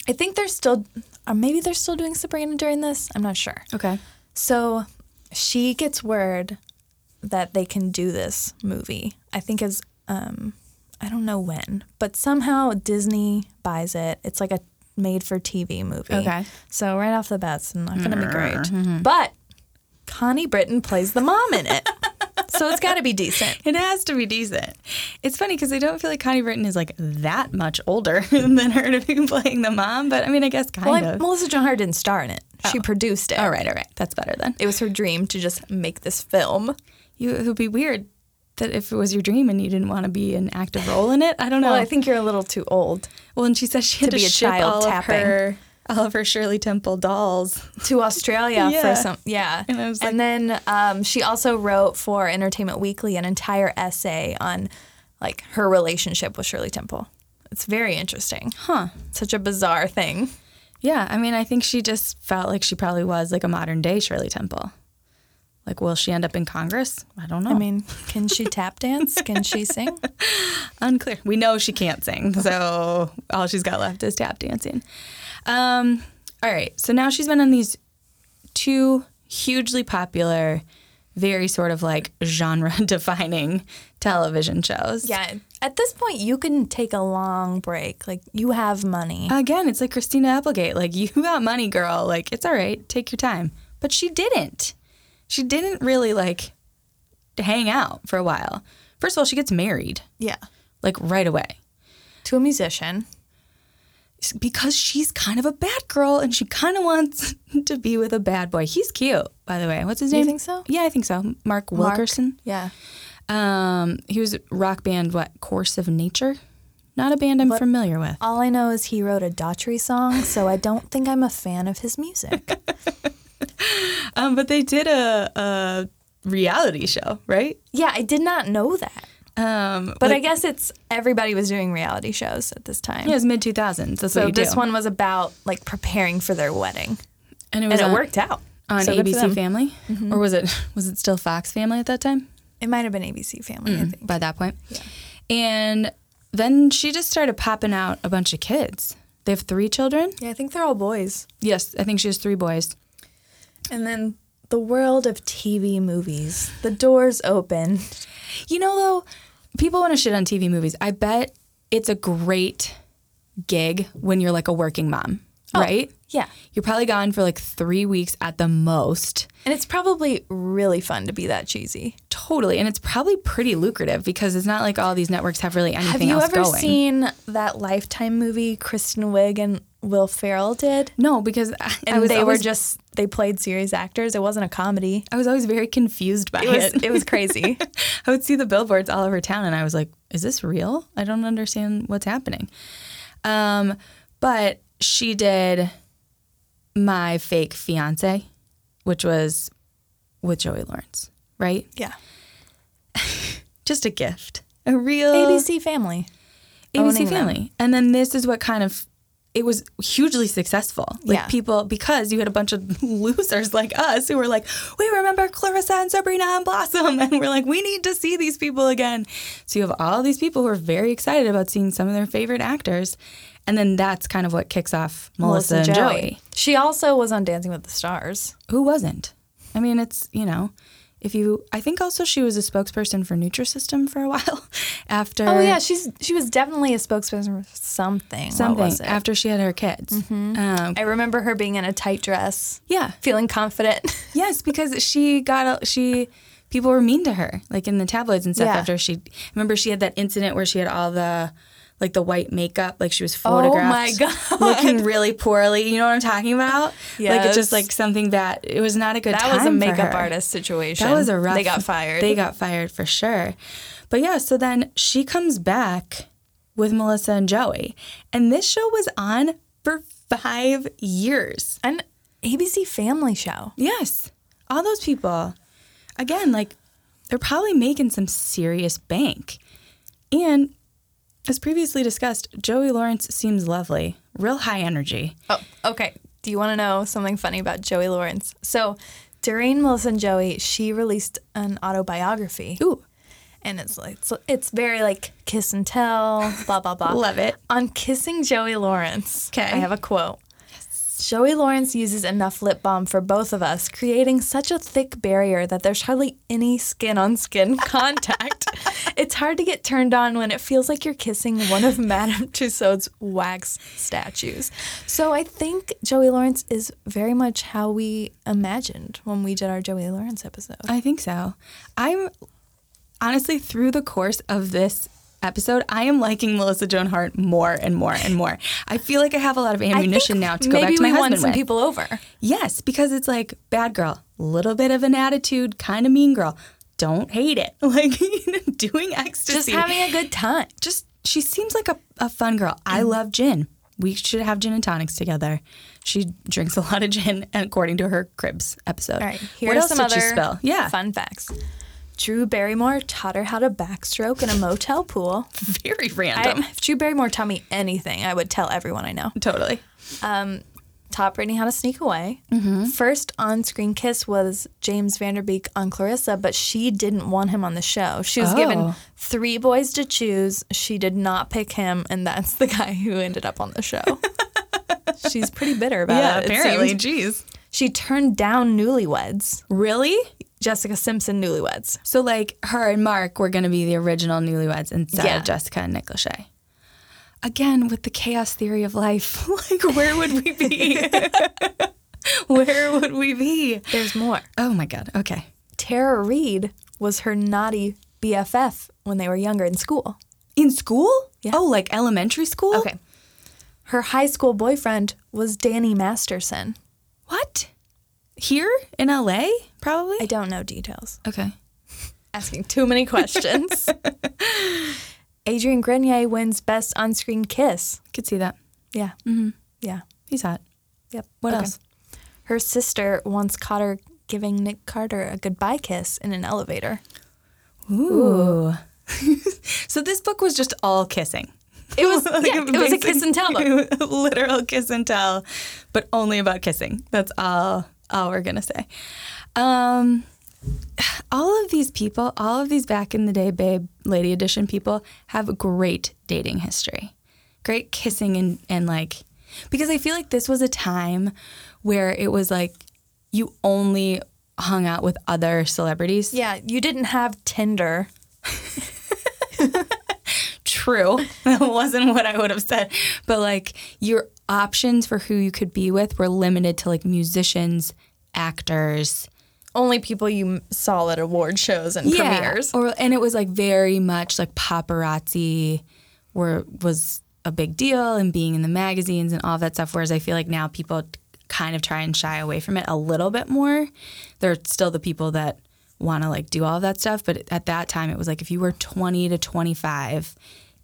A: I think they're still, or maybe they're still doing Sabrina during this. I'm not sure.
B: Okay.
A: So she gets word that they can do this movie. I think is um I don't know when, but somehow Disney buys it. It's like a made for TV movie.
B: Okay. Mm-hmm.
A: So right off the bat, it's not going to be great. But Connie Britton plays the mom in
B: [laughs]
A: it. so it's got to be decent.
B: It has to be decent. It's funny because I don't feel like Connie Britton is like that much older [laughs] than her to be playing the mom, but I mean, I guess kind
A: Well, I-
B: of.
A: Melissa Joan Hart didn't star in it. She produced it.
B: all right, all right. That's better then.
A: It was her dream to just make this film.
B: You, it would be weird that if it was your dream and you didn't want to be an active role in it. I don't know.
A: Well, I think you're a little too old
B: Well, and she says she had to,
A: be a
B: ship
A: child
B: all
A: tapping.
B: of her all of her Shirley Temple dolls.
A: to Australia
B: Yeah.
A: for some yeah.
B: And I was
A: And then um, she also wrote for Entertainment Weekly an entire essay on like her relationship with Shirley Temple. It's very interesting.
B: Huh.
A: Such a bizarre thing.
B: Yeah, I mean, I think she just felt like she probably was like a modern day Shirley Temple. Like, will she end up in Congress? I don't know.
A: I mean, can she tap dance? Can she sing?
B: unclear. We know she can't sing, so all she's got left is tap dancing. Um, all right, so now she's been on these two hugely popular, very sort of like genre defining television
A: [laughs]
B: shows.
A: Yeah. At this point, you can take a long break. Like you have money.
B: Again, it's like Christina Applegate. Like, you got money, girl. Like, it's all right. Take your time. But she didn't. She didn't really like hang out for a while. First of all, she gets married
A: Yeah.
B: like right away
A: To a musician.
B: because she's kind of a bad girl and she kind of wants [laughs] to be with a bad boy. He's cute, by the way. What's his
A: You
B: name?
A: think so?
B: Yeah, I think so.
A: Mark.
B: Mark Wilkerson.
A: Yeah.
B: Um, he was rock band. What Course of Nature? Not a band I'm familiar with.
A: All I know is he wrote a Daughtry song, so I don't think I'm a fan of his [laughs] music.
B: Um, but they did a, a reality show, right?
A: yeah, I did not know that.
B: Um,
A: But I guess it's everybody was doing reality shows at this time.
B: it was mid 2000s. That's what
A: so
B: you
A: this
B: do.
A: one was about like preparing for their wedding,
B: and it was
A: and it
B: on,
A: worked out
B: on
A: So good for them. Mm-hmm.
B: ABC Family, or was it was it still Fox Family at that time?
A: It might have been ABC Family, I think.
B: by that point. And then she just started popping out a bunch of kids. They have three children.
A: Yeah, I think they're all boys.
B: Yes, I think she has three boys.
A: And then the world of TV movies, the doors open.
B: You know, though, people want to shit on TV movies. I bet it's a great gig when you're like a working mom,
A: Oh.
B: right?
A: Yeah,
B: You're probably gone for like three weeks at the most.
A: and it's probably really fun to be that cheesy.
B: Totally. And it's probably pretty lucrative because it's not like all these networks have really anything
A: Have you
B: else
A: ever
B: going.
A: seen that Lifetime movie Kristen Wiig and Will Ferrell did? [laughs]
B: no, because I, I
A: And
B: was
A: they
B: always,
A: were just they played serious actors. It wasn't a comedy.
B: I was always very confused by
A: It was it was [laughs] crazy.
B: I would see the billboards all over town, and I was like, "Is this real? I don't understand what's happening." Um, but she did my fake fiance, which was with Joey Lawrence, right?
A: yeah,
B: Just a gift, a real
A: ABC Family. owning them.
B: ABC Family, and then this is what kind of it was hugely successful. Like
A: Yeah.
B: people, because you had a bunch of [laughs] losers like us who were like, we remember Clarissa and Sabrina and Blossom, [laughs] and we're like, we need to see these people again. So you have all these people who are very excited about seeing some of their favorite actors, And then that's kind of what kicks off Melissa, and Joey.
A: She also was on Dancing with the Stars.
B: Who wasn't? I mean, it's, you know, if you, I think also she was a spokesperson for Nutrisystem for a [laughs] while after.
A: Oh yeah, she's she was definitely a spokesperson for something.
B: Something
A: What was it? Mm-hmm.
B: after she had her kids. Um,
A: I remember her being in a tight dress,
B: yeah.
A: feeling confident. [laughs]
B: Yes, because she got a- she people were mean to her, like in the tabloids and stuff.
A: Yeah.
B: After she remember she had that incident where she had all the like the white makeup, like she was
A: Oh my
B: photographed,
A: God.
B: looking really poorly. You know what I'm talking about? Like it's
A: Yes.
B: just like something that it was not a good.
A: That was a
B: time for
A: makeup
B: her.
A: artist situation.
B: That was a rough.
A: They got fired.
B: They got fired for sure. But yeah, so then she comes back with Melissa and Joey, and this show was on for five years.
A: an ABC Family show.
B: Yes. All those people, again, like they're probably making some serious bank. And as previously discussed, Joey Lawrence seems lovely, real high energy.
A: Oh, okay. Do you want to know something funny about Joey Lawrence? So, during Melissa and Joey, she released an autobiography.
B: Ooh.
A: And it's like it's, it's very like kiss and tell, blah blah [laughs] blah.
B: Love it.
A: On kissing Joey Lawrence,
B: 'Kay.
A: I have a quote. Joey Lawrence uses enough lip balm for both of us, creating such a thick barrier that there's hardly any skin on skin [laughs] contact. it's hard to get turned on when it feels like you're kissing one of Madame [laughs] Tussauds wax statues. So I think Joey Lawrence is very much how we imagined when we did our Joey Lawrence episode.
B: I think so. I'm honestly through the course of this episode, I am liking Melissa Joan Hart more and more and more. I feel like I have a lot of ammunition now to go
A: maybe
B: back to my
A: we won
B: husband
A: some
B: with.
A: people over.
B: Yes, because it's like bad girl, little bit of an attitude, kind of mean girl. Don't hate it. [laughs] Like doing ecstasy.
A: Just having a good time.
B: just she seems like a, a fun girl. I
A: Mm.
B: love gin. We should have gin and tonics together. She drinks a lot of gin, according to her Cribs episode.
A: All right, here
B: what
A: are
B: else
A: some
B: did
A: other
B: she spill? Yeah,
A: fun facts. Drew Barrymore taught her how to backstroke in a motel pool.
B: [laughs] very
A: I,
B: random.
A: [laughs] if Drew Barrymore taught me anything, I would tell everyone I know.
B: totally.
A: Taught Brittany how to sneak away. First on-screen kiss was James Vanderbeek on Clarissa, but she didn't want him on the show. She was given
B: Oh.
A: three boys to choose. She did not pick him, and that's [laughs] the guy who ended up on the show. She's pretty bitter about it. it seemed.
B: Jeez.
A: she turned down Newlyweds.
B: Really?
A: Jessica Simpson Newlyweds.
B: So like her and Mark were going to be the original Newlyweds instead
A: Yeah.
B: of Jessica and Nick Lachey. Again, with the chaos theory of life, [laughs] like where would we be? [laughs] where would we be?
A: There's more.
B: Oh my God. Okay.
A: Tara Reid was her naughty BFF when they were younger in school.
B: In school?
A: Yeah.
B: Oh, like elementary school?
A: Her high school boyfriend was Danny Masterson.
B: What? Here in LA, probably?
A: I don't know details.
B: okay.
A: Asking too many [laughs] questions. Adrian Grenier wins Best On Screen Kiss.
B: Could see that.
A: Yeah. Mm-hmm. Yeah.
B: He's hot.
A: Yep.
B: What
A: Okay.
B: else?
A: Her sister once caught her giving Nick Carter a goodbye kiss in an elevator.
B: Ooh. [laughs] so this book was just all kissing.
A: It [laughs] was
B: [laughs] Like,
A: yeah, it was a
B: basic-
A: kiss and tell book.
B: [laughs] Literal kiss and tell, but only about kissing. That's all all we're gonna say. Um all of these people, all of these back in the day babe lady edition people have great dating history. Great kissing and, and like because I feel like this was a time where it was like you only hung out with other
A: [laughs]
B: celebrities.
A: Yeah, you didn't have Tinder.
B: True. [laughs] That wasn't what I would have said. But like your options for who you could be with were limited to like musicians, actors,
A: Only people you m- saw at award shows and premieres. [laughs]
B: Or and it was like very much like paparazzi were was a big deal and being in the magazines and all that stuff. Whereas I feel like now people kind of try and shy away from it a little bit more. There are still the people that want to like do all of that stuff, but at that time it was like if you were 20 to 25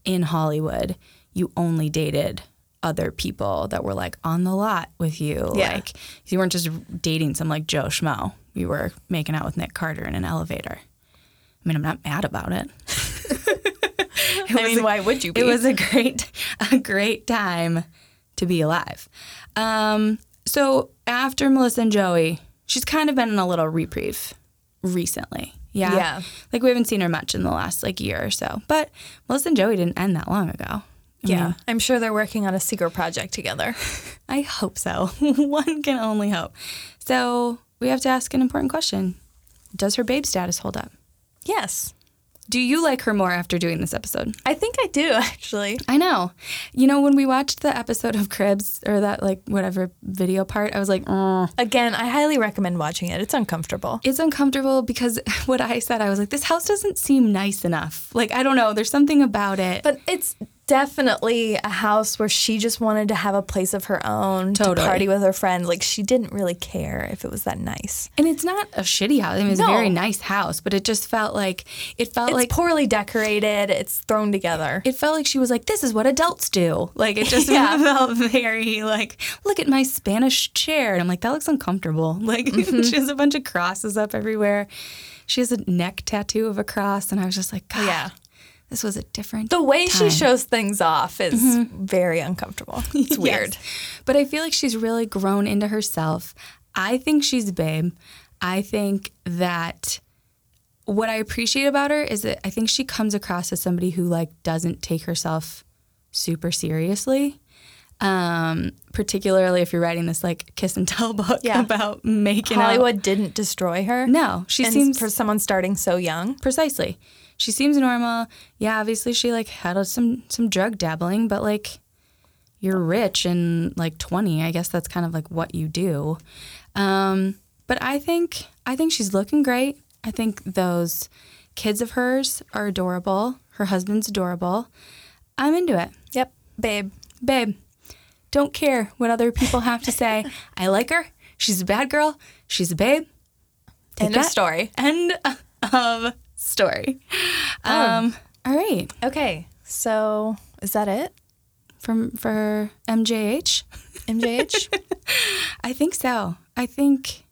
B: in Hollywood, you only dated other people that were like on the lot with you.
A: Yeah.
B: Like you weren't just dating some like Joe Schmo. You were making out with Nick Carter in an elevator. I mean, I'm not mad about it. It
A: I
B: was
A: mean,
B: a-
A: why would you be?
B: It was a great, a great time to be alive. Um, so after Melissa and Joey, she's kind of been in a little reprieve recently. Yeah.
A: Yeah.
B: Like we haven't seen her much in the last like year or so. But Melissa and Joey didn't end that long ago.
A: [laughs] Yeah. I'm sure they're working on a secret project [laughs] together.
B: I hope so. [laughs] One can only hope. So we have to ask an important question Does her babe status hold up?
A: Yes.
B: Do you like her more after doing this episode?
A: I think I do, [laughs] actually.
B: I know. You know, when we watched the episode of Cribs or that, like, whatever video part, I was like, "Mm."
A: Again, I highly recommend watching it. It's uncomfortable.
B: it's uncomfortable because [laughs] what I said, I was like, this house doesn't seem nice enough. Like, I don't know. There's something about it.
A: But it's definitely a house where she just wanted to have a place of her own to
B: Totally.
A: party with her friends. Like she didn't really care if it was that nice.
B: and it's not a shitty house. I mean, it's
A: No.
B: a very nice house, but it just felt like, it felt
A: It's
B: like.
A: poorly decorated. It's thrown together.
B: it felt like she was like, "This is what adults do." Like it
A: [laughs]
B: just [laughs]
A: Yeah.
B: felt very like, "Look at my Spanish chair," and I'm like, "That looks uncomfortable." [laughs] Like
A: Mm-hmm.
B: she has a bunch of crosses up everywhere. She has a neck tattoo of a cross, and I was just like, "God,
A: Yeah.
B: this was a different."
A: the way she
B: time."
A: shows things off is very uncomfortable. [laughs] It's
B: Yes.
A: weird.
B: But I feel like she's really grown into herself. I think she's babe. I think that what I appreciate about her is that I think she comes across as somebody who like doesn't take herself super seriously. Um, particularly if you're writing this like kiss and tell [laughs] book
A: Yeah.
B: about making out.
A: Hollywood didn't destroy her.
B: No, she
A: and
B: seems
A: for someone starting so young.
B: precisely. She seems normal. Yeah, obviously she like had a- some some drug dabbling, but like you're rich and like 20. I guess that's kind of like what you do. Um, but I think I think she's looking great. I think those kids of hers are adorable. Her husband's adorable. I'm into it.
A: Yep, babe.
B: Babe, don't care what other people have to say. I like her. She's a bad girl. She's a babe. Take
A: End of
B: that.
A: story.
B: End of story.
A: Oh.
B: Um, all right.
A: Okay, so is that it?
B: From for MJH,
A: MJH?
B: I think so. I think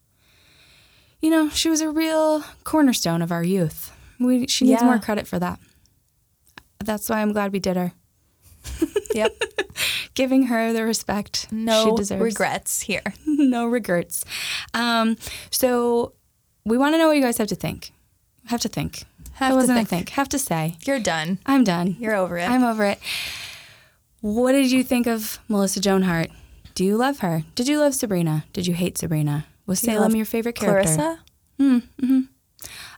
B: you know she was a real cornerstone of our youth. We she needs
A: Yeah.
B: more credit for that. That's why I'm glad we did her,
A: yep.
B: giving her the respect
A: No
B: she deserves.
A: regrets here.
B: [laughs] no regrets. Um, so we want to know what you guys have to think. Have to think.
A: Have
B: That
A: to
B: wasn't a
A: think.
B: think. Have to say.
A: You're done.
B: I'm done.
A: You're over it.
B: I'm over it. What did you think of Melissa Joan Hart? Do you love her? Did you love Sabrina? Did you hate Sabrina? Was
A: you
B: Salem
A: love
B: your favorite character?
A: Clarissa?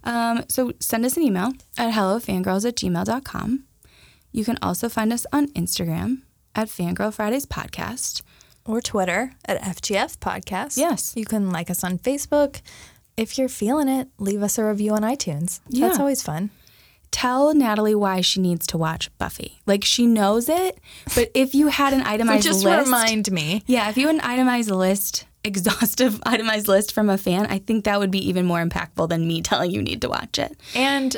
B: Um, so send us an email at hellofangirls at gmail.com. You can also find us on Instagram at Fangirl Fridays Podcast.
A: or Twitter at FGF Podcast.
B: Yes.
A: You can like us on Facebook. If you're feeling it, leave us a review on iTunes. That's
B: Yeah.
A: always fun.
B: Tell Natalie why she needs to watch Buffy. Like she knows it, but if you had an [laughs] itemized
A: just
B: list,
A: remind me.
B: Yeah, if you had an itemized list, exhaustive [laughs] itemized list from a fan, I think that would be even more impactful than me [laughs] telling you need to watch it.
A: And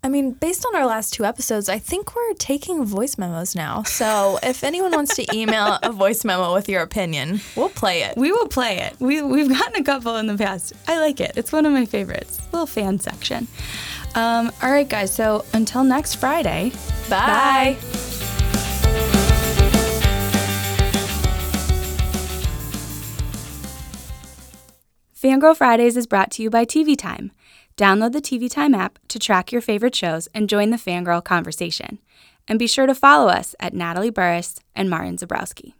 A: I mean, based on our last two episodes, I think we're taking voice memos now. So if anyone wants to email a voice memo with your opinion, we'll play it.
B: We will play it. We, we've gotten a couple in the past. I like it. It's one of my favorites. Little fan section. Um, all right, guys. So until next Friday,
A: Bye.
B: Fangirl Fridays is brought to you by TV Time. Download the TV Time app to track your favorite shows and join the fangirl conversation. And be sure to follow us at Natalie Burris and Martin Zabrowski.